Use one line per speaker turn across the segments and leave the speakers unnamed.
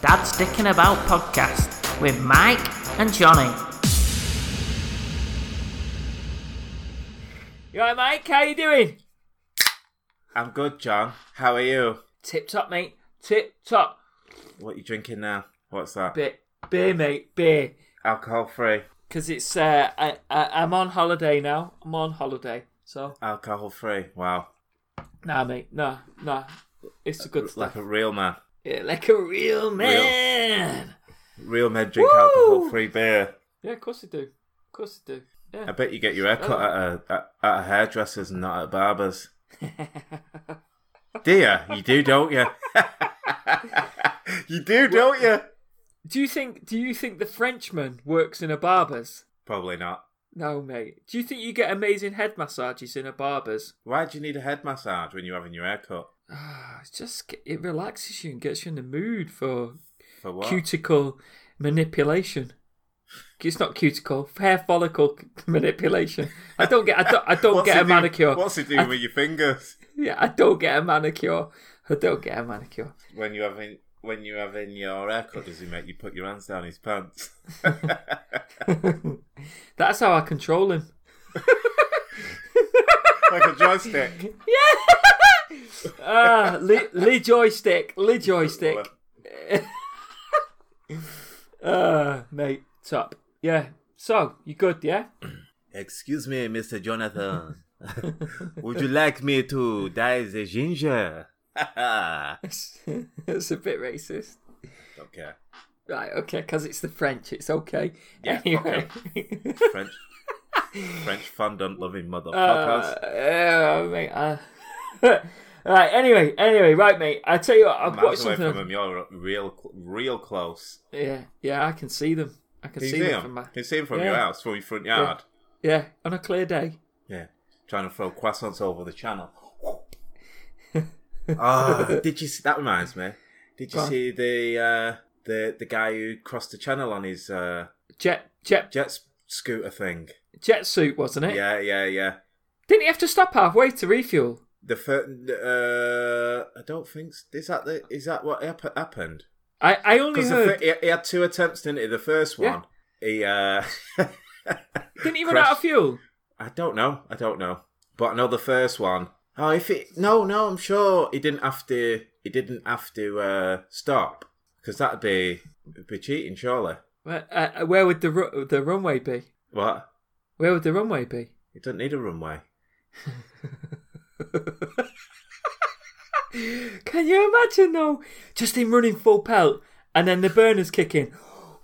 That Sticking About podcast with Mike and Johnny. You alright, Mike? How you doing?
I'm good, John. How are you?
Tip top, mate. Tip top.
What you drinking now? What's that?
Beer, beer mate. Beer.
Alcohol free.
Because it's, uh, I, I, I'm on holiday now. I'm on holiday. So,
Alcohol free. Wow.
nah, mate. Nah, nah. It's the good
Like
stuff.
a real man.
Yeah, like a real man.
Real men drink
Woo!
alcohol free beer.
Yeah, of course they do. Of course they do. Yeah.
I bet you get your hair
Oh.
cut at a, at, at a hairdresser's and not at a barber's. do ya? You do, don't you? you do, don't you?
Do you think? Do you think the Frenchman works in a barber's?
Probably not.
No, mate. Do you think you get amazing head massages in a barber's?
Why do you need a head massage when you're having your hair cut?
Ah, It's just it relaxes you and gets you in the mood for
For what?
cuticle manipulation. It's not cuticle, hair follicle manipulation. I don't get. I don't. I don't
What's
get
he
a
do-
manicure.
What's he doing with your fingers
Yeah, I don't get a manicure. I don't get a manicure.
when you're having when you're having your haircut? Does he make you put your hands down his pants?
That's how I control him.
like a joystick.
Ah, Lee, Lee joystick, Lee joystick. Uh, mate, top. Yeah. So you good? Yeah.
Excuse me, Mr. Jonathan. Would you like me to dye the ginger? Don't
That's a bit racist.
care.
Right. Okay. Because it's the French. It's okay.
Yeah,
Anyway.
French, French fondant loving motherfuckers.
Uh, mate. Uh, right. Anyway. Anyway. Right, mate. I tell you what. I've watched
Miles away
something.
from him, you're real, real close.
Yeah. Yeah. I can see them. I can
Can you
see
see
them
him?
from my.
Can you see him from your
Yeah.
house, from your front yard?
Yeah. On a clear day.
Yeah. Trying to throw croissants over the channel. Ah, did you? See, that reminds me. Did you
Go on.
see the uh, the the guy who crossed the channel on his uh,
Jet. Jet.
jet s- scooter thing?
Jet suit, wasn't it?
Yeah, yeah, yeah.
Didn't he have to stop halfway to refuel?
The fir- uh, I don't think s- is that the is that what hap- happened?
I, I only
Because
heard.
he, he had two attempts, didn't he? The first one, he uh,
didn't he run
crashed-
out of fuel?
I don't know, I don't know, but I know the first one. Oh, if it no, no, I'm sure he didn't have to. He didn't have to uh, stop because that'd be it'd be cheating, surely.
Where, uh, where would the ru- the runway be?
What?
Where would the runway be?
He doesn't need a runway.
Can you imagine though? Just him running full pelt and then the burners kicking.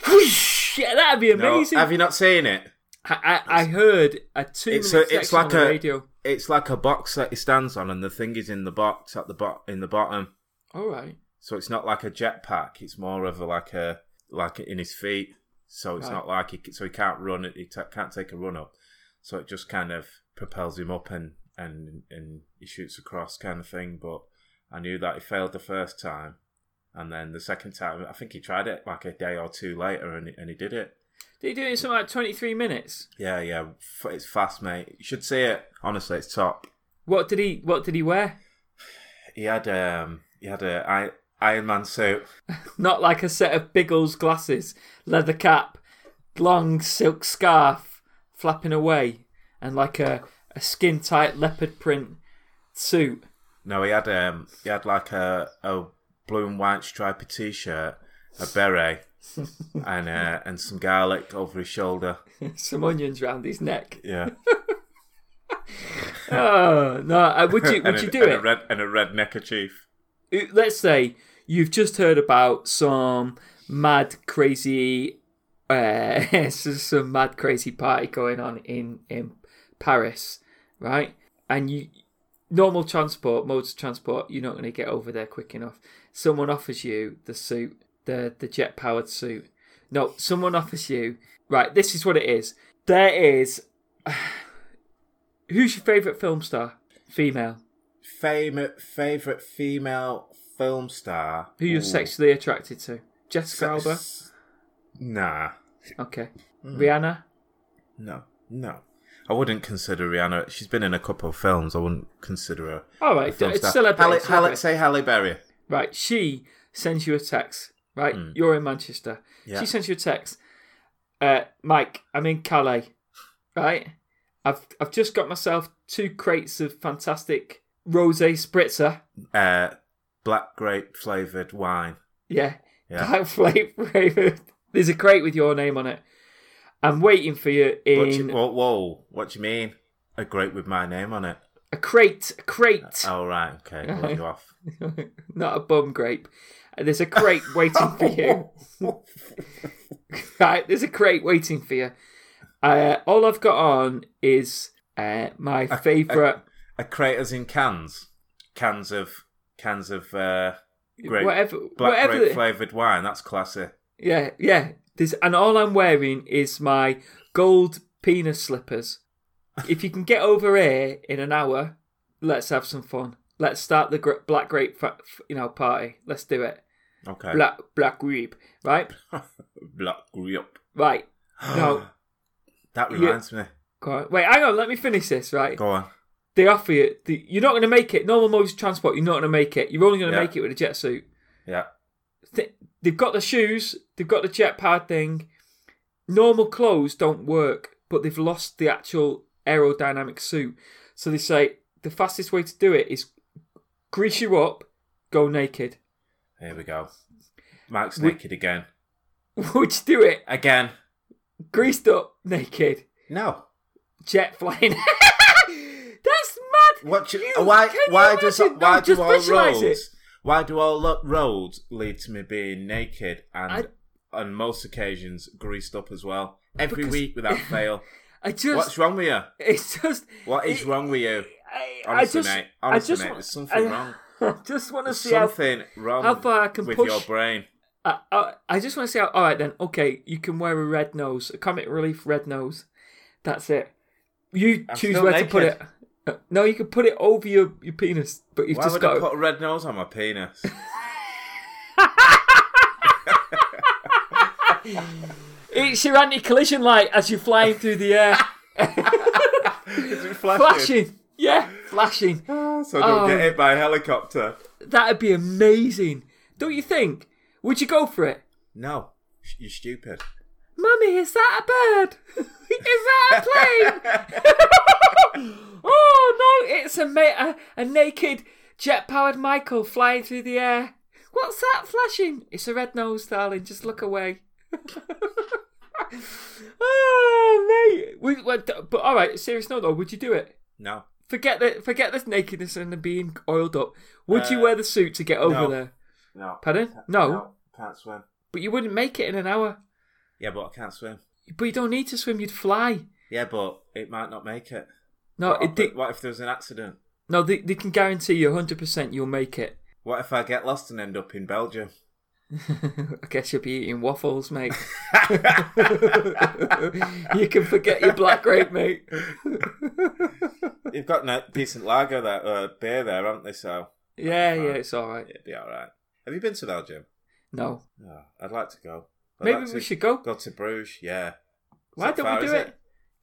Whoosh! Yeah, that'd be
No,
amazing.
have you not seen it?
I, I, I heard a two minute
It's a,
section
it's like
on the
a
radio.
it's like a box that he stands on, and the thing is in the box at the bot in the bottom.
All right.
So it's not like a jetpack. It's more of a, like a like in his feet. So it's
Right.
not like he c- so he can't run. it. He ta can't take a run up. So it just kind of propels him up and and and he shoots across kind of thing. But I knew that he failed the first time, and then the second time I think he tried it like a day or two later, and he, and he did it.
Did he do it in something like 23 minutes?
Yeah, yeah, F- it's fast, mate. You should see it. Honestly, it's top.
What did he What did he wear?
He had um he had a I, Iron Man suit.
Not like a set of Biggles glasses, leather cap, long silk scarf flapping away, and like a, a skin tight leopard print suit.
No, he had um, he had like a a blue and white striped t-shirt, a beret, and uh, and some garlic over his shoulder.
some onions round his neck.
Yeah,
Oh no! Uh, would you
and
would
a,
you do
and A
it?
red, and a red neckerchief.
Uh, Let's say you've just heard about some mad crazy, uh, s- some mad crazy party going on in in Paris, right? And you normal transport modes of transport, you're not going to get over there quick enough. Someone offers you the suit, the the jet powered suit. No, someone offers you right. This is what it is. There is. Who's your favourite film star? Female.
Favorite favorite female film star.
Who you're
Ooh.
sexually attracted to? Jessica Alba.
S- Nah,
Okay.
Hmm.
Rihanna.
no, no. I wouldn't consider Rihanna. She's been in a couple of films. I wouldn't consider her.
All
a
right.
film
It's
star.
still a bit.
Halle,
it's still a
Halle,
bit.
say Halle Berry.
Right. She sends you a text. right? You're in Manchester.
Hmm. Yeah.
She sends you a text. Uh, Mike, I'm in Calais, right? I've I've just got myself two crates of fantastic rosé spritzer.
Uh, black grape flavored wine.
Yeah,
Yeah.
black flavour. There's a crate with your name on it. I'm waiting for you
What
in
you, whoa, whoa, what do you mean? A grape with my name on it.
a crate, a crate,
Oh, right, okay, I'll let you off.
not a bum grape. Uh, There's a crate waiting for you. right, there's a crate waiting for you. Uh, all I've got on is uh, my favourite,
A crate as in cans. Cans of, cans of, uh, grape.
whatever,
black
whatever.
grape flavored wine. That's classy.
yeah, yeah. There's, and all I'm wearing is my gold penis slippers. if you can get over here in an hour, let's have some fun. Let's start the gr- black grape, fa- f- you know, party. Let's do it.
Okay.
Black black grape, right?
Black grape.
Right. No,
That
Yeah.
reminds me.
go on. Wait, hang on. Let me finish this. Right.
Go on.
they offer you the, you're not going to make it normal modes of transport you're not going to make it you're only going to
Yeah.
make it with a jet suit
Yeah.
Th- they've got the shoes they've got the jet pad thing normal clothes don't work but they've lost the actual aerodynamic suit so they say the fastest way to do it is grease you up go naked
Here we go. Mike's
We-
naked again.
would you do it
Again.
greased up naked
No.
jet flying that's mad
What? You,
You-
uh, why?
can you
Why does?
imagine?
Why
No,
do
just
all
visualise
roads?
it.
Why do all lo- roads lead to me being naked and on most occasions greased up as well? Every
Because-
week without fail.
i just
What's wrong with you?
it's just
What is
it-
wrong with you?
I, I
Honestly,
just
mate. Honestly,
I just
mate.
wa-
There's something
I-
wrong.
I just want to
There's
see how
something wrong
how far I can
with
push-
your brain.
I, I, I just want to say, all right, then, okay, you can wear a red nose, a comic relief red nose. That's it. You
I'm
choose
still
where to put it.
naked.
No, you can put it over your, your penis, but you've
Why
just
would
got.
I put a red nose on my penis?
It's your anti-collision light as you're flying through the air,
Is it flashing?
flashing. Yeah, flashing.
So I don't
Oh.
get hit by a helicopter.
That'd be amazing, don't you think? Would you go for it,
No, sh- you're stupid.
Mummy? Is that a bird? is that a plane? oh no, it's a, ma- a, a naked jet powered Michael flying through the air. What's that flashing? It's a red nose, darling. Just look away. oh, mate. We, we- but all right, serious note though, would you do it?
no,
Forget that. Forget this nakedness and the being oiled up. Would you
Uh,
wear the suit to get over
no.
there?
no,
Pardon? No.
can't swim.
But you wouldn't make it in an hour.
Yeah, but I can't swim.
But you don't need to swim. You'd fly.
Yeah, but it might not make it.
No,
what,
it,
if,
they,
Oh, what if there's an accident?
no, they, they can guarantee you 100% you'll make it.
What if I get lost and end up in Belgium?
I guess you'll be eating waffles, mate. you can forget your black grape, mate.
You've got a decent lager there, uh, beer there, haven't they? So
Yeah, yeah, it's all right.
it'd be all right. Have you been to Belgium?
No,
No, I'd like to go. I'd
maybe
like
we
to
should go.
go to Bruges. Yeah. Is
Why
that
don't
far,
we do
is Oh,
it?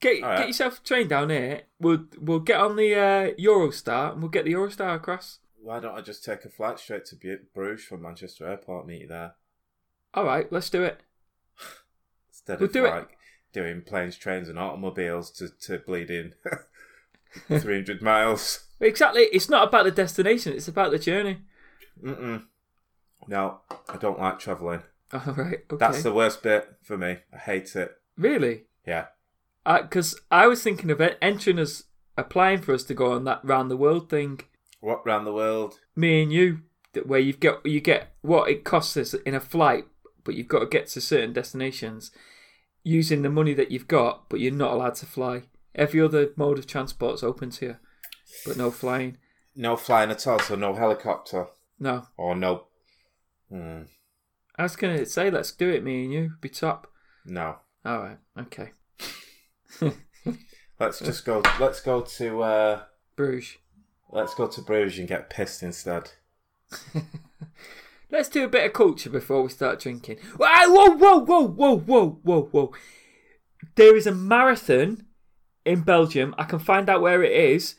Get
All right.
get yourself a train down here. We'll we'll get on the uh, Eurostar and we'll get the Eurostar across.
Why don't I just take a flight straight to Bu- Bruges from Manchester Airport? Meet you there.
All right, let's do it.
instead
We'll
of
do it.
like doing planes, trains, and automobiles to to bleeding three hundred miles.
Exactly. It's not about the destination; it's about the journey.
Mm-mm. No, I don't like traveling.
All right. Okay.
That's the worst bit for me. I hate it.
really
Yeah,
because I was thinking of en- entering us, applying for us to go on that round the world thing.
what round the world?
me and you that where you've got you get what it costs us in a flight but you've got to get to certain destinations using the money that you've got but you're not allowed to fly every other mode of transport's open to you but no flying
No flying at all. So no helicopter
no
or no. Mm,
i was gonna say let's do it me and you be top
no.
all right okay
Let's
Uh.
just go. Let's go to. Uh,
bruges
let's go to Bruges and get pissed instead.
Let's do a bit of culture before we start drinking. Whoa, whoa, whoa, whoa, whoa, whoa, whoa, whoa. There is a marathon in Belgium. I can find out where it is.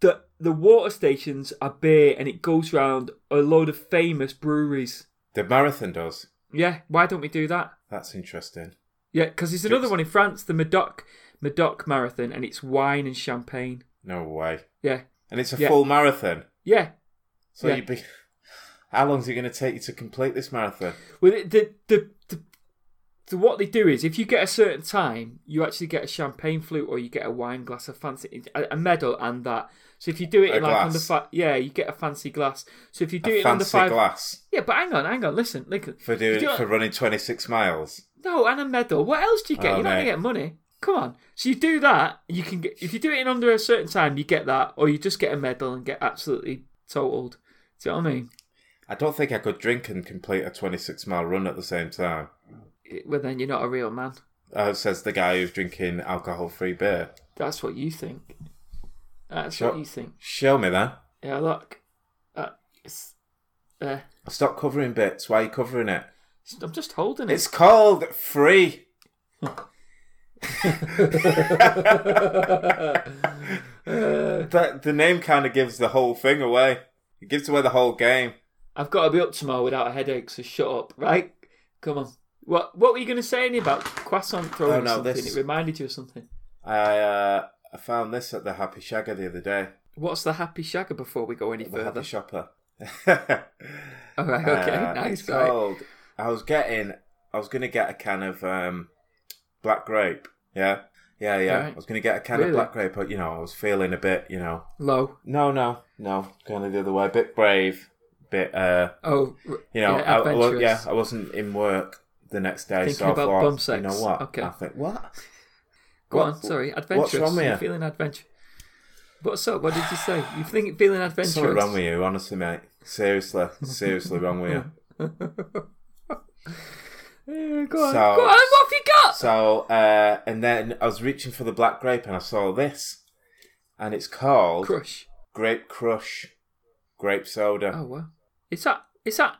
The, the water stations are beer and it goes round a load of famous breweries.
The marathon does.
Yeah, why don't we do that?
That's interesting.
Yeah, because there's another
It's-
one in France, the Medoc Medoc Marathon, and it's wine and champagne.
No way.
Yeah,
And it's a
Yeah.
full marathon.
yeah.
So
Yeah.
you'd be. How long is it going to take you to complete this marathon?
Well, the the, the the the what they do is if you get a certain time, you actually get a champagne flute or you get a wine glass, a fancy a, a medal, and that. So if you do it
A
in like under
glass.
five, yeah, you get a fancy glass. So if you do
a
it in under
fancy
five,
glass
yeah, but hang on, hang on, listen, listen.
for
You
doing
do it-
for running twenty six miles.
No, and a medal. What else do you get?
Oh,
You're not gonna
mate.
get money. Come on. So you do that, you can get if you do it in under a certain time, you get that, or you just get a medal and get absolutely totaled. Do you know what I mean?
I don't think I could drink and complete a twenty six mile run at the same time.
It- Well, then you're not a real man.
Uh, says the guy who's drinking alcohol free beer.
That's what you think. That's
Sure.
what you think.
Show me that.
Yeah, look. Uh, it's, uh,
Stop covering bits. Why are you covering it?
I'm just holding it.
It's called free. That the name kind of gives the whole thing away. It gives away the whole game.
I've got to be up tomorrow without a headache, so shut up, right? Come on. What What were you going to say any about croissant throwing
Oh,
or
no,
something?
this-
It reminded you of something.
I uh, I found this at the Happy Shagger the other day.
What's the happy shagger before we go any
The Happy
further?
Shopper.
All right, okay,
Uh,
nice,
it's
right.
called- I was getting. I was gonna get a can of um, black grape. Yeah, yeah, yeah.
Right.
I was gonna get a can
Really?
of black grape, but you know, I was feeling a bit. You know,
Low.
no, no, no, kind of the other way. A bit brave, bit. uh
Oh, r-
You know,
yeah,
I- I, well,
adventurous.
yeah. I wasn't in work the next day,
Thinking
so I
about
thought,
bum sex.
you know what?
Okay.
I think what?
Go
What-
on, sorry,
what's
adventurous.
wrong with
You're
you?
feeling adventurous. What's up? What did you say? You think feeling adventurous?
Something wrong with you, honestly, mate. Seriously, seriously wrong with you.
Uh, go on,
So-
go on. What have you got?
So, uh, and then I was reaching for the black grape and I saw this. And it's called
Crush.
Grape Crush Grape Soda.
Oh wow. Is that is that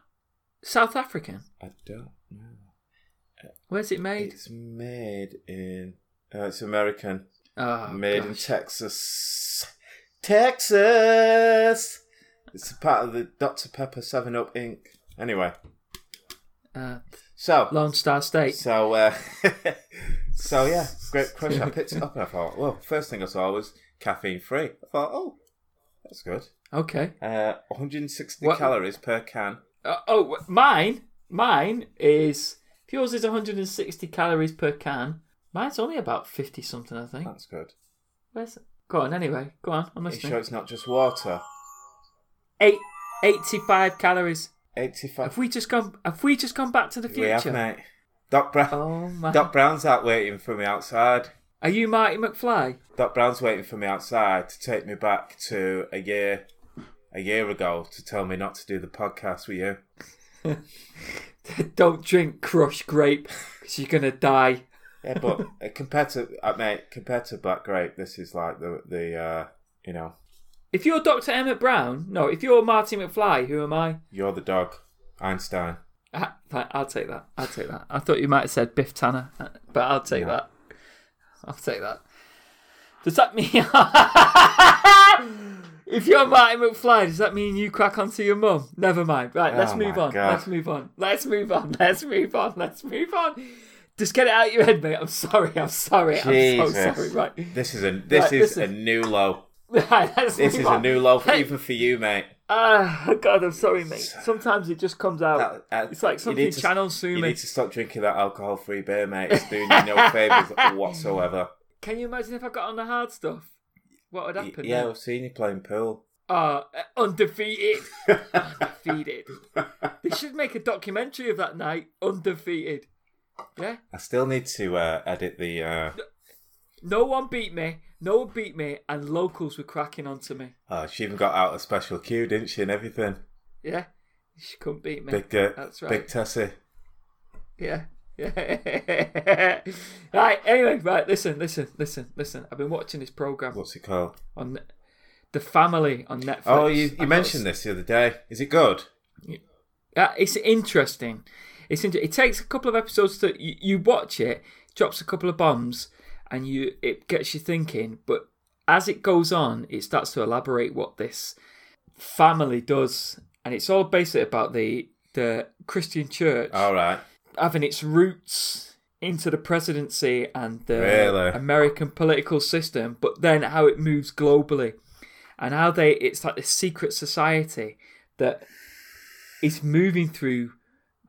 South African?
I don't know.
Where's it made?
It's made in. Uh, it's American.
Oh,
made in
gosh.
Texas. Texas! It's a part of the Dr. Pepper 7 Up Inc. Anyway,
uh,
so.
Lone Star State.
So, uh, so yeah, Grape Crush. I picked it up and I thought, well, first thing I saw was caffeine free. I thought, oh, that's good.
Okay.
Uh, 160
What-
calories per can.
Uh, oh, wh- mine, mine is if yours is 160 calories per can. Mine's only about 50 something, I think.
That's good.
Where's go on anyway? Go on, I'm
Are you sure
listening.
it's not just water?
Eight, 85 calories.
85.
Have we just gone? Have we just gone back to the
We have,
future?
mate. Doc, Brown.
oh my!
Doc Brown's out waiting for me outside.
Are you Marty McFly?
Doc Brown's waiting for me outside to take me back to a year, a year ago to tell me not to do the podcast with you.
Don't drink crushed grape because you're gonna die.
Yeah, but uh, compared to uh, mate, compared to Black Grape, this is like the the uh, you know
If you're Dr. Emmett Brown, no, if you're Marty McFly, who am I?
you're the dog, Einstein.
Ah, that- I'll take that. I'll take that. I thought you might have said Biff Tanner, uh, but I'll take
No.
that. I'll take that. Does that mean if you're Marty McFly, does that mean you crack onto your mum? Never mind. Right, let's
Oh
move
my
on.
God.
Let's move on. Let's move on. Let's move on. Let's move on. Just get it out of your head, mate. I'm sorry. I'm sorry. I'm so
Jesus.
sorry. Right.
This is a this
Right,
is
this is-
a new low.
Right, let's
This
move
is a
on.
new low even for you, mate.
Ah, God, I'm sorry, mate. Sometimes it just comes out.
That- that-
it's like
you
something
need to-
channel
You
Sumi.
need to stop drinking that alcohol-free beer, mate. It's doing you no favors whatsoever.
Can you imagine if I got on the hard stuff? What would
Y-
happen?
Yeah,
then?
we've seen you playing pool.
Ah, uh, undefeated, undefeated. They should make a documentary of that night, undefeated. Yeah,
I still need to uh, edit the. Uh...
no one beat me. No one beat me, and locals were cracking onto me.
Oh, she even got out a special cue, didn't she, and everything.
Yeah, she couldn't beat me.
Big, uh,
That's right.
big Tessie.
Yeah. Yeah. right. Anyway, right. Listen, listen, listen, listen. I've been watching this program
What's it called?
on the family on Netflix.
Oh, you,
I've
you
got
mentioned this the other day. Is it good?
Uh, it's interesting. It's inter- it takes a couple of episodes to you, you watch it, drops a couple of bombs, and you it gets you thinking. But as it goes on, it starts to elaborate what this family does, and it's all basically about the the the Christian Church
All right.
having its roots into the presidency and the
Really?
American political system, but then how it moves globally and how they it's like this secret society that is moving through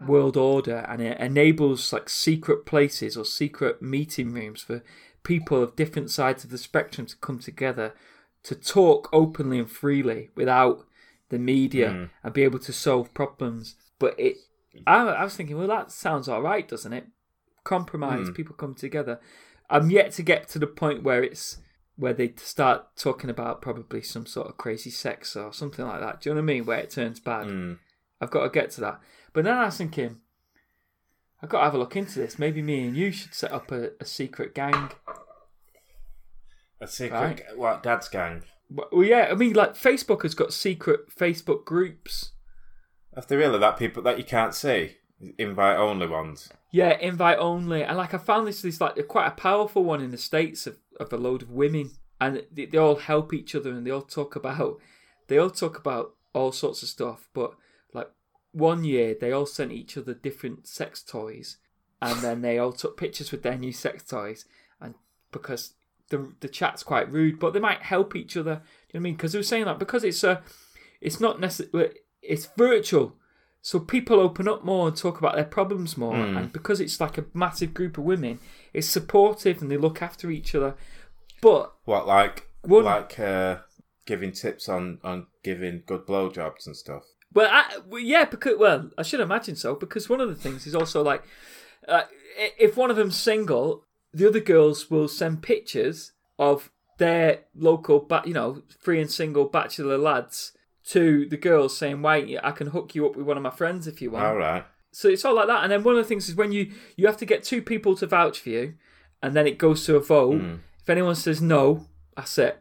world order and it enables like secret places or secret meeting rooms for people of different sides of the spectrum to come together to talk openly and freely without the media and be able to solve problems but it I, I was thinking well that sounds all right doesn't it compromise people come together i'm yet to get to the point where it's where they start talking about probably some sort of crazy sex or something like that do you know what i mean where it turns bad
Mm.
I've got to get to that. But then I was thinking, I've got to have a look into this. Maybe me and you should set up a, a secret gang.
A secret,
Right.
g- what, Dad's gang?
Well, yeah, I mean, like Facebook has got secret Facebook groups.
Have they really that people that you can't see? Invite only ones.
Yeah, invite only. And like I found this this like quite a powerful one in the states of, of a load of women, and they, they all help each other and they all talk about they all talk about all sorts of stuff. But like one year, they all sent each other different sex toys, and then they all took pictures with their new sex toys, and because the the chat's quite rude, but they might help each other. Do you know what I mean? Because they were saying like because it's a it's not necessarily it's virtual so people open up more and talk about their problems more and because it's like a massive group of women it's supportive and they look after each other but
What like
One-
like uh, giving tips on on giving good blowjobs and stuff.
well, I, well yeah because well i should imagine so because one of the things is also like uh, i- if one of them's single the other girls will send pictures of their local ba- you know free and single bachelor lads to the girls saying wait i can hook you up with one of my friends if you want
All right.
so it's all like that. And then one of the things is when you you have to get two people to vouch for you, and then it goes to a vote. If anyone says no, that's it.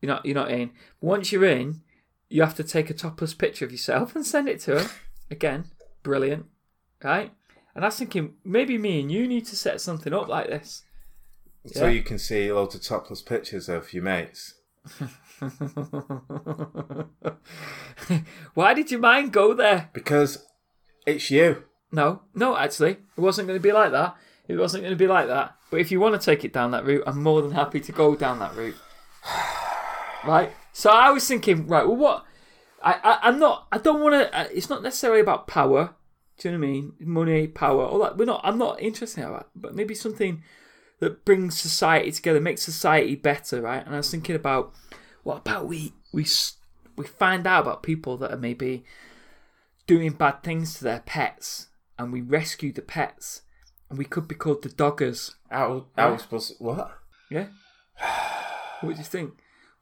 You're not you're not in. Once you're in, you have to take a topless picture of yourself and send it to him. Again, brilliant, right? And I was thinking maybe me and you need to set something up like this.
So
Yeah.
you can see loads of topless pictures of your mates.
Why did your mind go there?
Because it's you.
No, no, actually, it wasn't going to be like that. It wasn't going to be like that. But if you want to take it down that route, I'm more than happy to go down that route. Right. So I was thinking, right. Well, what? I, I I'm not. I don't want to. It's not necessarily about power. Do you know what I mean? Money, power, all that. We're not. I'm not interested in that. But maybe something that brings society together, makes society better, right? And I was thinking about what about we we s- we find out about people that are maybe doing bad things to their pets, and we rescue the pets, and we could be called the doggers.
How how was supposed what?
Yeah. what do you think?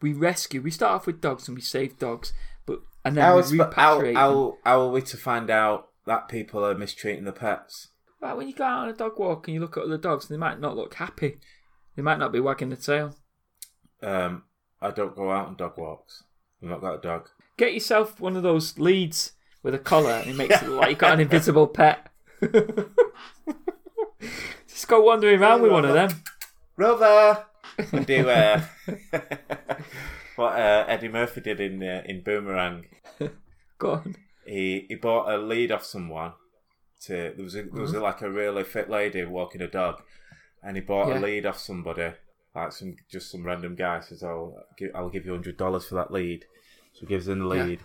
We rescue. We start off with dogs and we save dogs, but and then
How,
we
was, how,
repatriate. them.
how, how are we to find out that people are mistreating the pets?
Right, when you go out on a dog walk and you look at other dogs, they might not look happy. They might not be wagging the tail.
Um, I don't go out on dog walks. I've not got a dog.
Get yourself one of those leads with a collar, and it makes it look like you got an invisible pet. Just go wandering around with one of them.
Rover. I do uh, what uh, Eddie Murphy did in uh, in Boomerang.
Go on.
He he bought a lead off someone. To there was a, there was
Mm-hmm.
like a really fit lady walking a dog, and he bought
Yeah.
a lead off somebody. Like some just some random guy says, "I'll give, I'll give you hundred dollars for that lead." So he gives him the
Yeah.
lead,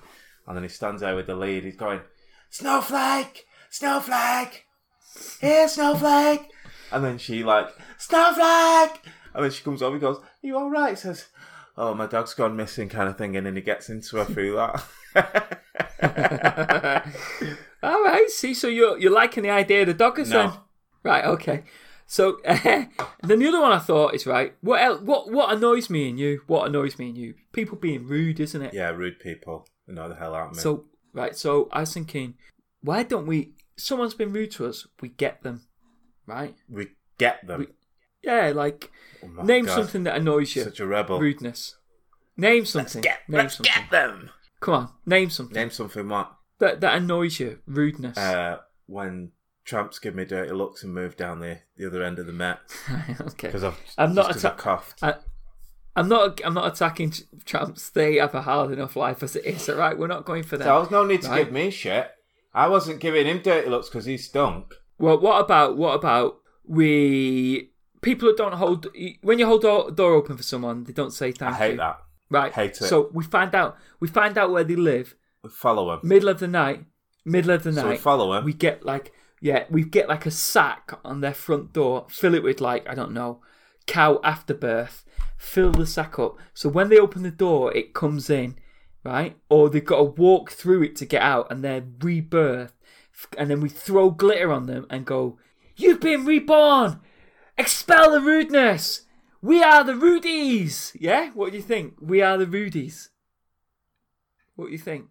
and then he stands there with the lead. He's going, "Snowflake, snowflake, here, snowflake." And then she like, snowflake! And then she comes over and goes, Are you alright? Says, Oh, my dog's gone missing kind of thing, and then he gets into her through that.
All right. See, so you're you're liking the idea of the doggers
No.
then, right? Okay. So then the other one I thought is right. What el what what annoys me and you? What annoys me and you? People being rude, isn't it?
yeah, rude people. Annoy the hell out of me.
So right. So I was thinking, why don't we? Someone's been rude to us. We get them, right?
we get them.
We- Yeah. Like
Oh my
name
God.
something that annoys you.
Such a rebel.
Rudeness. Name something.
Get,
name
let's
something.
get them.
Come on. Name something
Name something what?
that that annoys you. Rudeness.
Uh, when tramps give me dirty looks and move down the, the other end of the mat
okay.
because I've
I'm not
just 'cause I
atta-
coughed.
I, I'm not. I'm not attacking tr- tramps. They have a hard enough life as it is. All right, we're not going for them.
There was no need to
Right.
give me shit. I wasn't giving him dirty looks because he stunk.
Well, what about what about we people that don't hold when you hold door, door open for someone, they don't say
I
thank you.
hate that.
Right.
Hate it.
So we find out we find out where they live.
Follow him.
Middle of the night. Middle of the
So we
night.
follow him.
we get like yeah, we get like a sack on their front door, fill it with like, I don't know, cow afterbirth, fill the sack up. So when they open the door it comes in, right? Or they've got to walk through it to get out and they're rebirth and then we throw glitter on them and go, You've been reborn! Expel the rudeness! We are the Rudies! Yeah? What do you think? We are the Rudies. What do you think?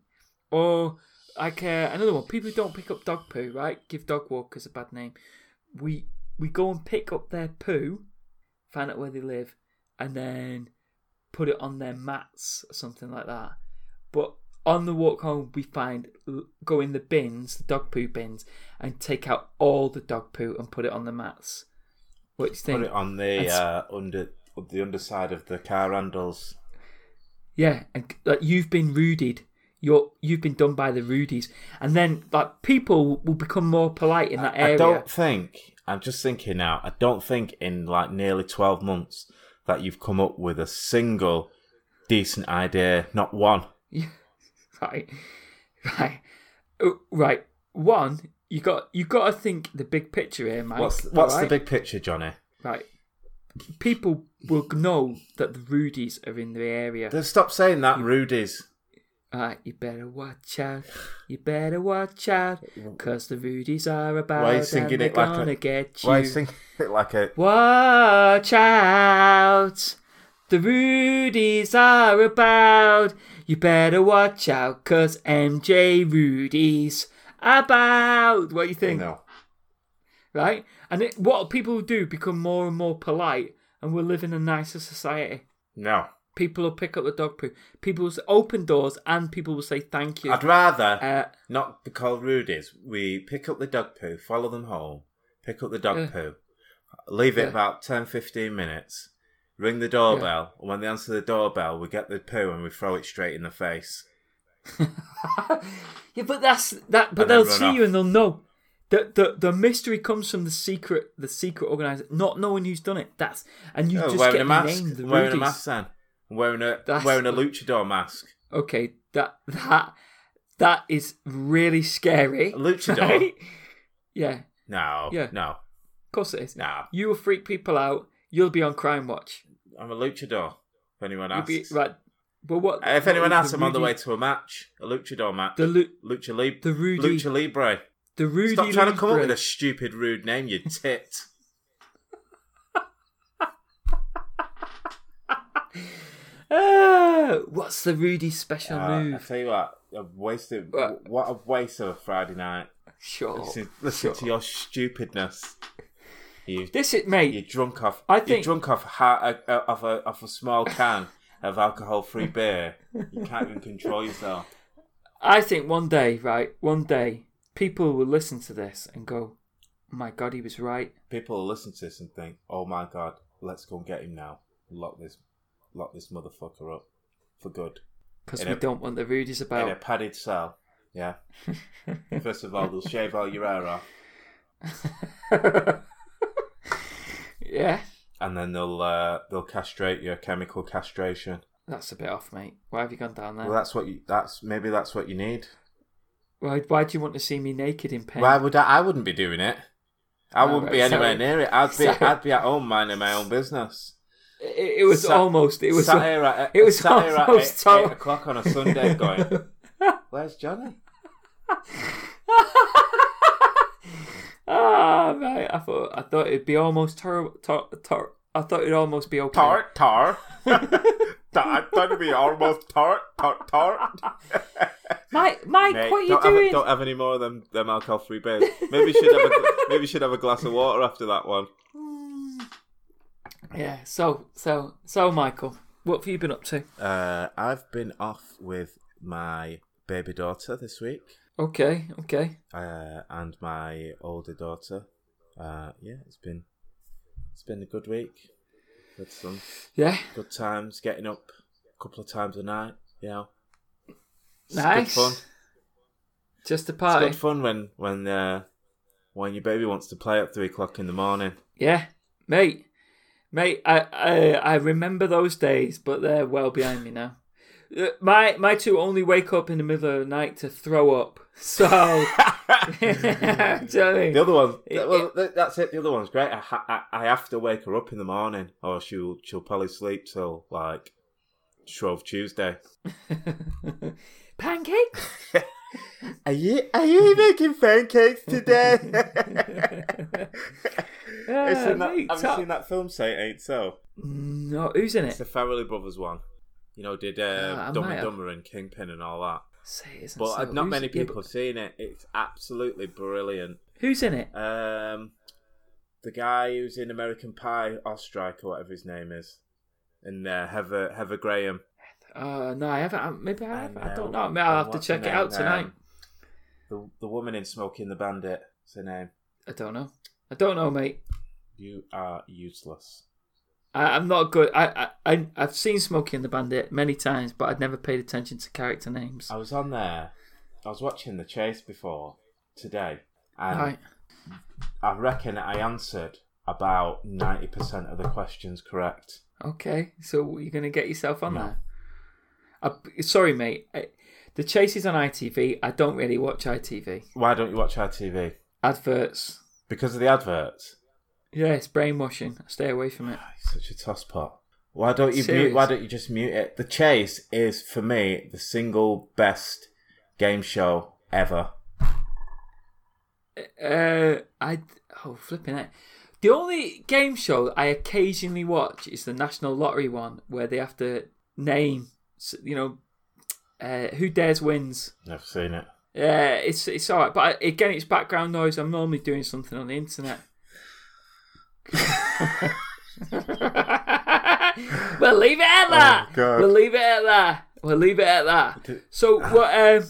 Or like uh, another one, people who don't pick up dog poo, right? Give dog walkers a bad name. We we go and pick up their poo, find out where they live, and then put it on their mats or something like that. But on the walk home, we find go in the bins, the dog poo bins, and take out all the dog poo and put it on the mats. What do you think?
Put it on the
It's-
uh, under the underside of the car handles.
Yeah, and like you've been ruded. You're you've been done by the rudies, and then like people will become more polite in that area.
I don't think. I'm just thinking now. I don't think in like nearly 12 months that you've come up with a single decent idea. Not one.
right, right, Oh, right. One, you got you got to think the big picture here, Mike.
What's what's
all
the
right?
big picture, Johnny?
right? People will know that the rudies are in the area.
Then stop saying that, Rudy's.
Alright, you better watch out. You better watch out, cause the rudies are about.
Why are you singing
and
it
they're
like
gonna
a?
get you.
Why are you singing it like a?
Watch out! The Rudies are about. You better watch out, cause MJ Rudy's about. What do you think?
No.
Right? And it, what people do become more and more polite, and we'll live in a nicer society.
No.
People will pick up the dog poo. People will s- open doors, and people will say thank you.
I'd rather
Uh,
not be called Rudy's. We pick up the dog poo, follow them home, pick up the dog
Yeah.
poo, leave it
Yeah.
about 10, 15 minutes, ring the doorbell. and When they answer the doorbell, we get the poo and we throw it straight in the face.
yeah, but that's that. But
And
they'll
then run
see
off.
you and they'll know. The, the the mystery comes from the secret the secret organizer not knowing who's done it. That's and you
Oh,
just
wearing
get
a
the
mask.
name the
wearing a
Rudies.
mask then. Wearing a
That's-
wearing a luchador mask.
Okay, that that that is really scary.
A luchador?
right? Yeah, of
No.
Yeah.
No.
course it is.
No.
You will freak people out. You'll be on crime watch.
I'm a luchador. If anyone
You'll
asks.
be right. But what?
Uh, If anyone
what
asks,
is
I'm on the
Rudy-
way to a match. A luchador match.
The Lu-
Lucha Libre.
the Rudy-
Lucha Libre.
the Rudy.
Stop trying to come up
Libre.
with a stupid, rude name, you tit.
Ah, what's the Rudy special
Uh, I
move?
tell you what, I've wasted.
What?
What a waste of a Friday night.
Sure.
Listen, listen to your stupidness. You,
This is mate.
you're drunk off.
I
you're
think-
drunk off ha- uh, off a off a small can of alcohol-free beer. You can't even control yourself.
I think one day, right, one day, people will listen to this and go, "My God, he was right."
People will listen to this and think, "Oh my god, let's go and get him now. Lock this, lock this motherfucker up for good
Because
In
we
a-
don't want the rudies
in a
about.
padded cell." Yeah. First of all, they'll shave all your hair off,
yeah,
and then they'll uh, they'll castrate you, chemical castration.
that's a bit off, mate. Why have you gone down there?
Well, that's what you. That's maybe that's what you need.
why, why do you want to see me naked in pain?
Why would I? I wouldn't be doing it. I
Oh,
wouldn't be
right,
anywhere
sorry.
near it. I'd be.
Sorry.
I'd be at home minding my own business.
it, it was
Sat-
almost. It was.
sat here at, uh,
it was
sat here at
almost
eight,
so-
eight o'clock on a Sunday going. Where's Johnny?
ah, right. I thought I thought it'd be almost terrible. Tor- tor- I thought it'd almost be okay.
Tart tar. I'd to be almost tart tart tart.
Mike, Mike,
Mate,
what are you
don't, have,
doing?
don't have any more of them, them alcohol free beers. Maybe you should have a, gl- maybe you should have a glass of water after that one.
Yeah. So, so, so, Michael, what have you been up to?
Uh, I've been off with my baby daughter this week.
Okay. Okay.
uh, and my older daughter. Uh, yeah, it's been it's been a good week. Had some
Yeah,
good times getting up a couple of times a night. You know, It's good
nice.
fun.
Just a
It's
party.
good fun when when uh, when your baby wants to play at three o'clock in the morning.
Yeah, mate, mate. I, I I remember those days, but they're well behind me now. Uh, My my two only wake up in the middle of the night to throw up. So, do you know what I mean?
The other one,
It-
well, th that's it. The other one's great. I, ha- I I have to wake her up in the morning, or she'll she'll probably sleep till like Shrove Tuesday.
pancake.
Are you are you making pancakes today? It's in that-
mate,
have you
top-
seen that film? Say it ain't so.
No, who's in
It's
it?
the Farrelly brothers one. You know, did uh,
Ah, I
Dumb
might
and
have.
Dumber and Kingpin and all that.
Say it isn't so.
But uh, not
Who's-
many
yeah,
people
but
seen it. It's absolutely brilliant.
who's in it?
Um, the guy who's in American Pie, Ostrike or whatever his name is, and uh, Heather Heather Graham.
Uh, no, I haven't. I- Maybe I,
I
have, I
know.
don't know. Maybe I'll have to
What's
check
her
it out
name?
tonight.
Um, The the woman in Smoking the Bandit. What's her name?
I don't know. I don't know, mate.
You are useless.
I, I'm not good. I, I- I I've seen Smokey and the Bandit many times, but I'd never paid attention to character names.
I was on there. I was watching The Chase before today, and
right.
I reckon I answered about ninety percent of the questions correct.
Okay. So you're gonna get yourself on
No.
there. I, sorry, mate. I, the chase is on ITV. I don't really watch ITV
Why don't you watch ITV?
adverts.
Because of the adverts.
Yeah, it's brainwashing. Stay away from it.
He's such a tosspot. Why don't you
Serious.
mute, why don't you just mute it? The Chase is for me the single best game show ever.
Uh, I oh flipping it. The only game show I occasionally watch is the National Lottery one, where they have to name, s- you know, uh, who dares wins.
Never seen it.
Yeah, it's it's all right, but again, it's background noise. I'm normally doing something on the internet. we'll leave it at that.
Oh, God.
we'll leave it at that. We'll leave it at that. So what? Um,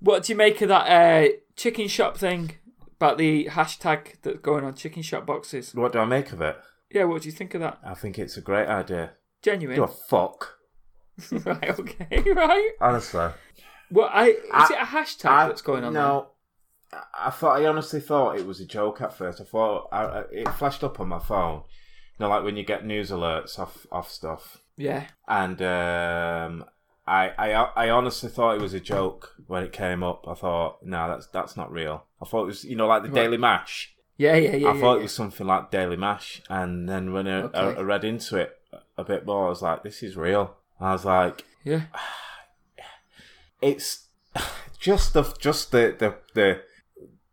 what do you make of that uh, chicken shop thing about the hashtag that's going on chicken shop boxes?
What do I make of it?
Yeah, what do you think of that?
I think it's a great idea.
Genuine,
You're a fuck.
right? Okay, right.
Honestly.
Well, I is
I-
it a hashtag
I-
that's going on?
No. I- I thought I honestly thought it was a joke at first. I thought I, I- it flashed up on my phone. You know, like when you get news alerts off off stuff.
there? Yeah.
and um, I, I I honestly thought it was a joke when it came up. I thought, no, that's that's not real. I thought it was, you know, like the
Right.
Daily Mash.
Yeah, yeah, yeah.
I
yeah,
thought
yeah.
it was something like Daily Mash, and then when I, I,
Okay.
I read into it a bit more, I was like, this is real. I was like,
yeah.
it's just the just the the the,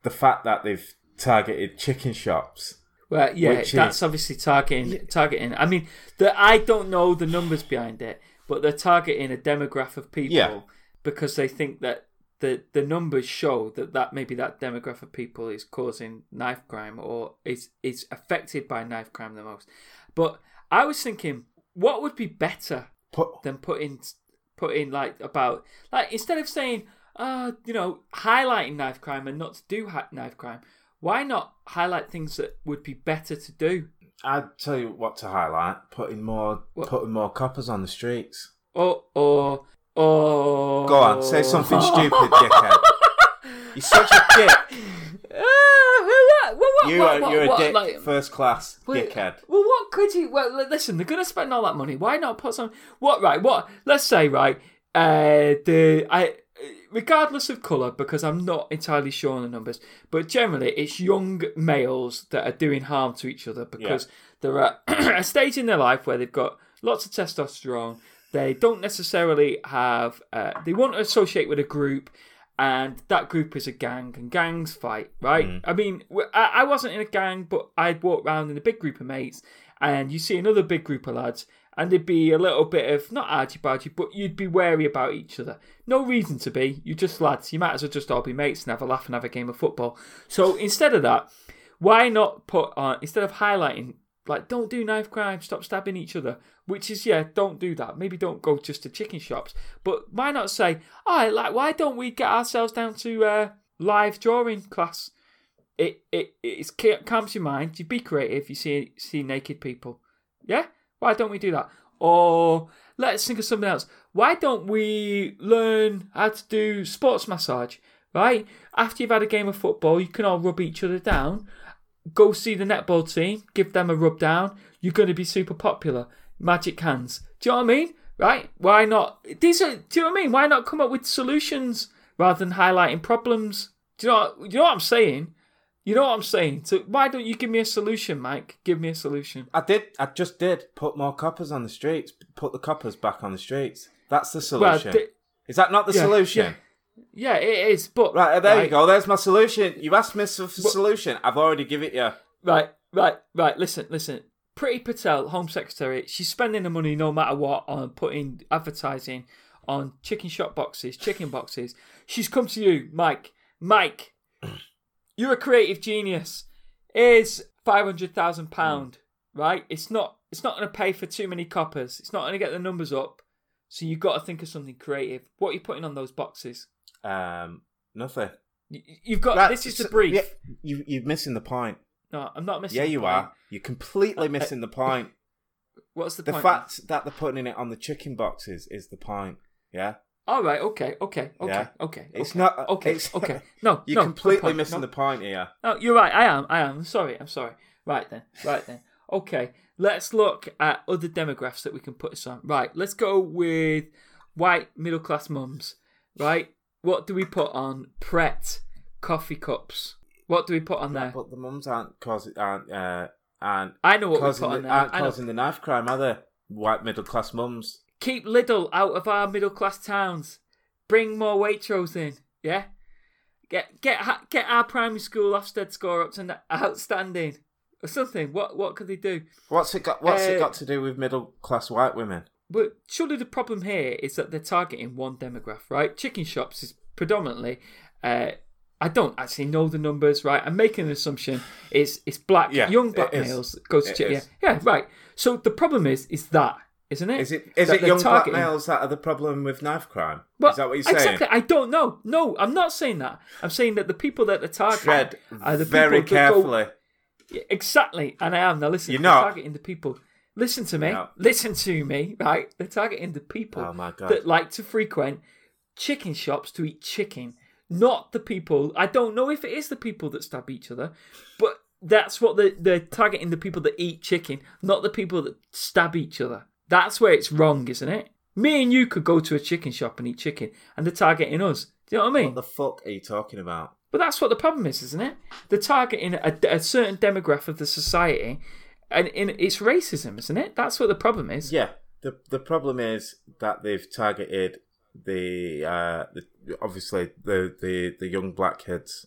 the fact that they've targeted chicken shops.
Well, yeah,
Which
that's
is-
obviously targeting. Targeting. I mean, the, I don't know the numbers behind it, but they're targeting a demographic of people
Yeah.
because they think that the the numbers show that that maybe that demographic of people is causing knife crime or is is affected by knife crime the most. But I was thinking, what would be better
Put,
than putting putting like about like instead of saying uh you know highlighting knife crime and not to do hi- knife crime why not highlight things that would be better to do
I'd tell you what to highlight: putting more
What?
putting more coppers on the streets.
or or or
Go on, say something stupid, dickhead. You're such a dick.
Uh, well, what, well, what,
You
what,
are,
what,
you're
what,
a dick,
like-
first class
Well,
dickhead.
Well, what could you? Well, li- listen, they're going to spend all that money. Why not put some? What right? What? Let's say right. Uh, the I, regardless of color, because I'm not entirely sure on the numbers, but generally it's young males that are doing harm to each other because they're at a stage in their life where they've got lots of testosterone. They don't necessarily have. Uh, they want to associate with a group. And that group is a gang, and gangs fight, right? I mean, w- I I wasn't in a gang, but I'd walk around in a big group of mates, and you see another big group of lads, and there'd be a little bit of not argy bargy, but you'd be wary about each other. No reason to be. You're just lads. You might as well just all be mates and have a laugh and have a game of football. So instead of that, why not put on instead of highlighting like don't do knife crime, stop stabbing each other, which is yeah, don't do that. Maybe don't go just to chicken shops, but why not say, all right, like why don't we get ourselves down to uh, live drawing class? It it it's, it calms your mind. You be creative. You see see naked people. Yeah, why don't we do that? Or let's think of something else. Why don't we learn how to do sports massage? right? After you've had a game of football, you can all rub each other down. Go see the netball team, give them a rub down. You're going to be super popular. Magic hands. Do you know what I mean? Right? Why not? These are. Do you know what I mean? Why not come up with solutions rather than highlighting problems? Do you know? What, you know what I'm saying? You know what I'm saying. So why don't you give me a solution, Mike? Give me a solution.
I did. I just did. Put more coppers on the streets. Put the coppers back on the streets. That's the
Well,
solution.
th-
Is that not the
yeah,
solution?
Yeah, it is. But
Right, uh, there
right,
you go. There's my solution. You've asked me for a solution. I've already given it you.
Right, right, right. Listen, listen. Pretty Patel, Home Secretary, she's spending the money no matter what on putting advertising on chicken shop boxes, chicken boxes. She's come to you, Mike. Mike, you're a creative genius. Is five hundred thousand pound
Hmm.
right? It's not. It's not going to pay for too many coppers. It's not going to get the numbers up. So you've got to think of something creative. What are you putting on those boxes?
Um, nothing.
You, you've got.
That-
this is the brief.
yeah, you, you're missing the point.
No, I'm not missing.
yeah,
the
you
point.
are. You're completely missing the point.
What's the,
The
point?
fact that they're putting it on the chicken boxes is the point. Yeah,
All right. Okay. Okay. Okay.
Yeah.
Okay.
it's
okay,
not.
Okay.
it's-
okay. No.
You're
no,
completely
point,
missing
no.
the point here.
No, you're right. I am. I am. Sorry. I'm sorry. Right then. Right then. Okay. Let's look at other demographics that we can put this on. Right. Let's go with white middle class mums. Right. What do we put on Pret coffee cups? What do we put on there?
But the mums aren't causing aren't uh, aren't
I know what we put
causing
on
the,
there.
uh, aren't
I know.
causing the knife crime, are they? White middle class mums.
Keep Lidl out of our middle class towns. Bring more Waitrose in. Yeah. Get get ha- get our primary school Ofsted score up to n- outstanding or something. What what could they do?
What's it got? What's
Uh,
it got to do with middle class white women?
But surely the problem here is that they're targeting one demographic, right? Chicken shops is predominantly. Uh, I don't actually know the numbers, right? I'm making an assumption. It's it's black
Yeah,
young
it
black
is.
males that go to
It
chicken. Yeah,
is.
yeah, right. So the problem is is that isn't it?
Is it is
That
it
they're
young black
targeting-
males that are the problem with knife crime?
Well,
is that what you're saying?
Exactly. I don't know. No, I'm not saying that. I'm saying that the people that they're targeting
Tread
are the
very
people that go-
carefully.
Exactly. And I am now. Listen,
You're
they're
not.
targeting the people. Listen to me.
No.
Listen to me. Right. They're targeting the people
Oh, my God.
that like to frequent chicken shops to eat chicken, not the people. I don't know if it is the people that stab each other, but that's what they they're targeting. The people that eat chicken, not the people that stab each other. That's where it's wrong, isn't it? Me and you could go to a chicken shop and eat chicken, and they're targeting us. Do you know what I mean?
What the fuck are you talking about?
But that's what the problem is, isn't it? They're targeting a, a certain demographic of the society, and in, it's racism, isn't it? That's what the problem is.
Yeah, the the problem is that they've targeted the, uh, the obviously the, the the young black kids.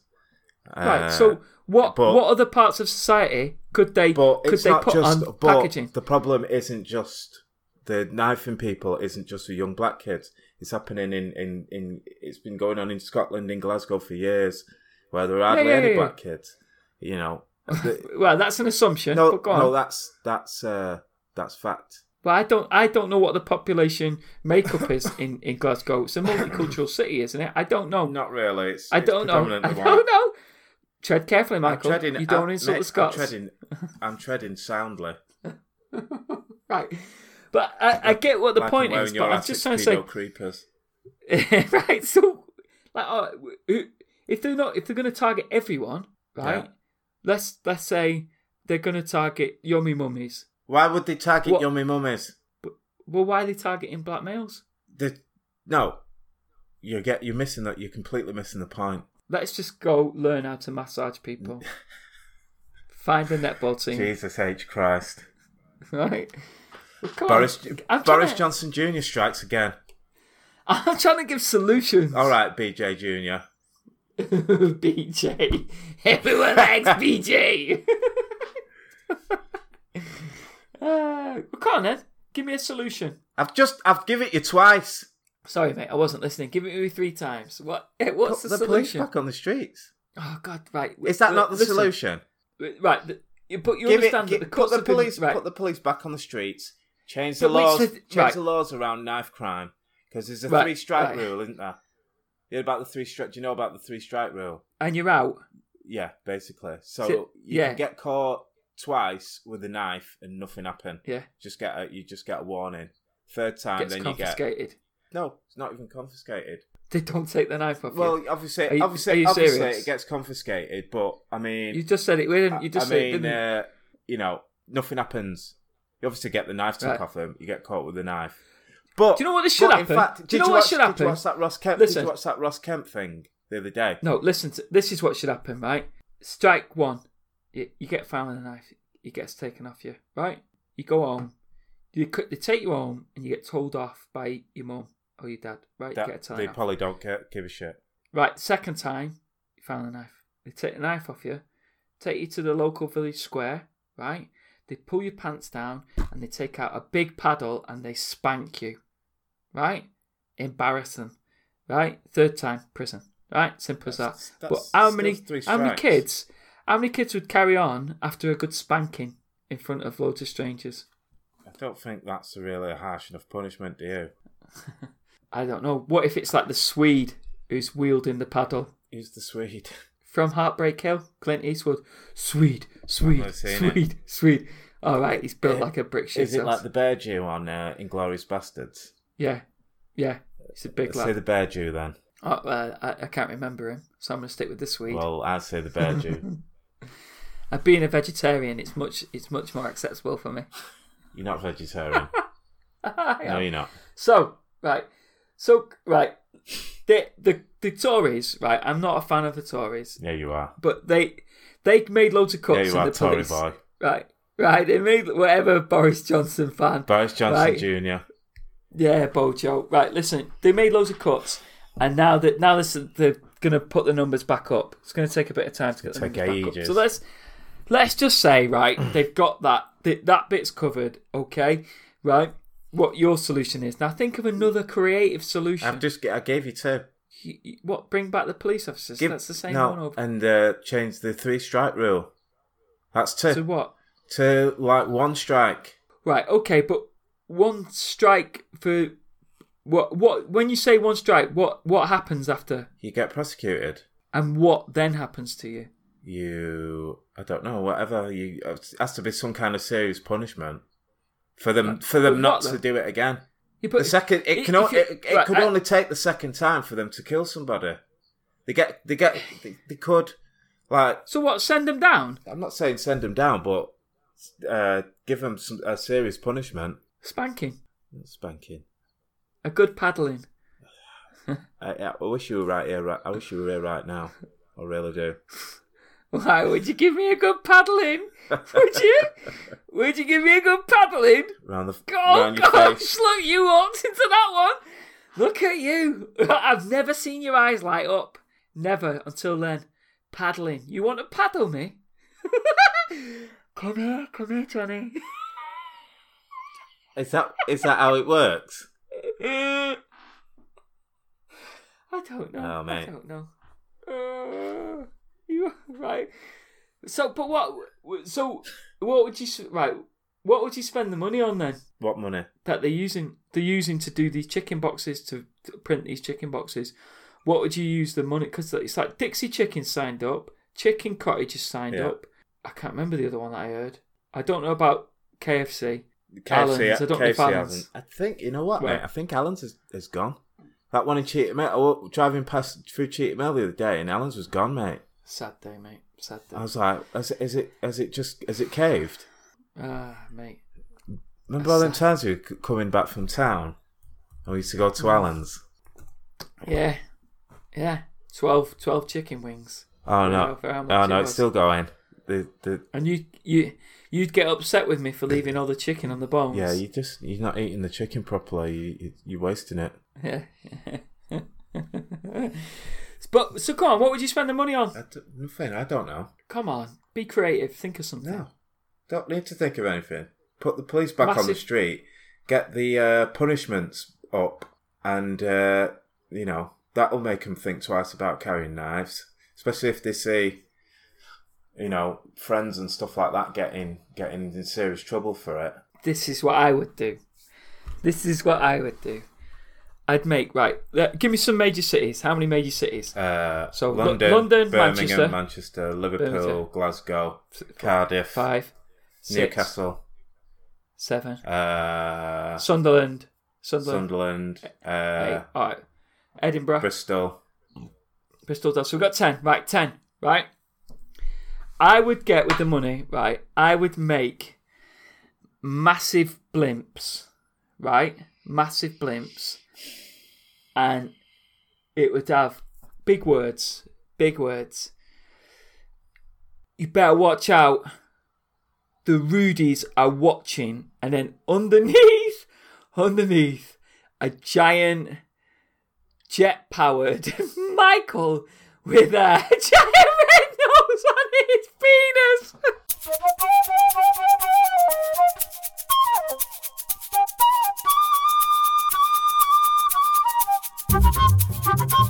Uh,
Right. So what
but-
what other parts of society could they
but
could
it's
they
not
put
just
on
but
packaging?
the problem isn't just the knifing people isn't just for young black kids. It's happening in, in, in it's been going on in Scotland in Glasgow for years where there are hardly
yeah,
any
yeah, yeah.
black kids. You know. The-
Well, that's an assumption.
no,
but go on.
no, that's that's uh, that's fact.
Well, I don't I don't know what the population makeup is in, in Glasgow. It's a multicultural city, isn't it? I don't know.
Oh, Not really. It's,
I don't
it's
know. I
predominantly
don't
white.
know. Tread carefully,
I'm
Michael.
treading-
you don't
I'm-
insult
mate,
the Scots.
I'm treading, I'm treading soundly.
Right. But I, I get what the
like
point
I'm
is,
wearing your
but I'm
Asics
just trying to say
pedo creepers.
right? So, like, oh, who- if they're not, if they're going to target everyone, right?
Yeah.
Let's let's say they're going to target yummy mummies.
Why would they target
What-
yummy mummies?
Well, why are they targeting black males?
The, no, you get you're missing that. You're completely missing the point.
Let's just go learn how to massage people. Find a netball team,
Jesus H Christ!
right? Well, come on.
Boris
I'm trying
Boris
to-
Johnson Jr. strikes again.
I'm trying to give solutions.
All right, BJ Jr.
BJ. Everyone likes BJ. uh, come on then. Give me a solution.
I've just I've given it you twice.
Sorry, mate, I wasn't listening. Give it to me three times. What? eh, What's
Put
the,
the police
solution?
back on the streets.
Oh God, right.
Is that not the
Listen,
solution?
Right, the- you- but you
Give it-
understand
gi-
that the
put
cops
the
have been-
police
right,
put the police back on the streets. Change
But
the
which
laws.
the-
change
right.
the laws around knife crime because there's a
Right,
three strike
right.
rule, isn't there? Yeah, about the three strike. Do you know about the three strike rule?
and you're out.
Yeah, basically. So,
So-
you
yeah.
can get caught twice with a knife and nothing happen.
Yeah,
Just get a, you just get a warning. Third time,
gets
then you get
confiscated.
no. It's not even confiscated.
They don't take the knife off
Well,
you.
obviously,
Are you-
obviously,
are you
obviously,
serious?
it gets confiscated. But I mean,
You just said it, didn't you? Just
I
said it,
mean,
didn't you?
uh, you know, nothing happens. You obviously get the knife took
Right.
off them. You get caught with the knife. But
Do you know what this should
but
happen?
In fact,
Do you
did
know what
watch,
should
Did
happen?
you watch that Ross Kemp? Did
Listen.
you watch that Ross Kemp thing the other day?
No, listen. To, this is what should happen, right? Strike one. You, you get found with a knife. It gets taken off you, right? You go home. You, c- they take you home and you get told off by your mum or your dad, right?
That-
you get a
they
telling off.
probably don't care, give a shit.
Right, second time, you found the knife. They take the knife off you, take you to the local village square, right? They pull your pants down and they take out a big paddle and they spank you, right? Embarrassing, right? Third time, prison, right? Simple as that.
That's-
but
that's
how
still
many,
three
how many
strikes.
kids, how many kids would carry on after a good spanking in front of loads of strangers?
I don't think that's a really harsh enough punishment, do you?
I don't know. What if it's like the Swede who's wielding the paddle?
Who's the Swede?
from Heartbreak Hill, Clint Eastwood. Sweet, sweet,
not seen
sweet, sweet. All right, he's built like a brick shit.
Is it
house.
like the Bear Jew on uh, Inglorious Bastards?
Yeah, yeah. He's a big
Let's say
lad.
the Bear Jew then.
Oh, uh, I, I can't remember him, so I'm gonna stick with the Swede.
Well, I'd say the Bear Jew.
And being a vegetarian, it's much, it's much more acceptable for me.
You're not vegetarian. no, you're not.
So right, so right, the the the Tories, right? I'm not a fan of the Tories,
Yeah, you are.
but they they made loads of cuts
Yeah,
in
you
the
are, Tory
police,
boy.
right? Right, they made whatever Boris Johnson fan.
Boris
Right.
Johnson Jr.
Yeah, Bojo. Right, listen, they made loads of cuts, and now that now listen, they're going to put the numbers back up. It's going to take a bit of time to get the
Take
numbers back up.
ages.
So let's let's just say, right, they've got that that that bit's covered, okay? Right, what your solution is now? Think of another creative solution.
I've just I gave you two.
You- you- what? Bring back the police officers?
Give,
That's the same
no,
one over.
and uh, change the three strike rule. That's two.
So what?
to like one strike.
Right, okay, but one strike for what? What? When you say one strike, what what happens after?
You get prosecuted.
And what then happens to you?
You, I don't know, whatever. You it has to be some kind of serious punishment for them for them
But
not
what
to
then?
do it again.
Yeah, but
The second it
if-
can
if
o-
you-
it, it
right,
could
I-
only take the second time for them to kill somebody. They get they get they, they could like
So what? Send them down?
I'm not saying send them down, but uh, give them some, a serious punishment.
Spanking?
Spanking.
A good paddling?
I, I I wish you were right here. Right, I wish you were here right now. I really do.
Why would you give me a good paddling? Would you? would you give me a good paddling?
Round the
Oh
round your
God!
face.
Look, you walked into that one. Look at you! I've never seen your eyes light up. Never until then. Paddling. You want to paddle me? come here, come here, Johnny.
Is that is that how it works?
I don't know.
Oh,
I
mate.
don't know. Uh, you right? So, but what? So, what would you s- right? What would you spend the money on then?
What money?
That they're using, they're using to do these chicken boxes to, to print these chicken boxes. What would you use the money? Because it's like Dixie Chicken signed up, Chicken Cottage is signed
Yeah.
up. I can't remember the other one that I heard. I don't know about KFC.
KFC,
Allen's, I don't know if
KFC
Allen's.
hasn't. I think you know what,
Right.
mate. I think Allen's is, is gone. That one in Cheetah Mill. I was driving past through Cheetah Mill the other day, and Allen's was gone, mate.
Sad day, mate. Sad day.
I was like, is it is it, is it just is it caved?
Ah, mate.
Remember all them times we were c- coming back from town, and we used to go to Allen's.
Yeah. Yeah. 12, 12 chicken wings.
Oh
Yeah,
no!
for how much
Oh
it
no!
was.
It's still going. The the
And you you you'd get upset with me for leaving all the chicken on the bones.
yeah. You just you're not eating the chicken properly. You, you you're wasting it.
Yeah. but so come on, what would you spend the money on?
I d- nothing. I don't know.
Come on, be creative, think of something.
No, don't need to think of anything. Put the police back on the
Massive-
street. Get the uh, punishments up, and uh, you know that'll make them think twice about carrying knives, especially if they see, you know, friends and stuff like that getting getting in serious trouble for it.
This is what I would do. This is what I would do. I'd make right. let- Give me some major cities. How many major cities?
Uh,
So, Lo-
London,
London,
Birmingham,
Manchester.
Manchester, Liverpool,
Birmingham.
Glasgow, Cardiff,
Five, six,
Newcastle,
seven.
uh,
Sunderland, Sunderland.
Sunderland, uh,
Eight. All right. Edinburgh,
Bristol.
Bristol does. So we've got 10. Right, 10. Right. I would get with the money, right? I would make massive blimps, right? Massive blimps. And it would have big words, big words. You better watch out. The Rudies are watching. And then underneath, underneath, a giant jet powered Michael with a giant red nose on his penis.
Thank you.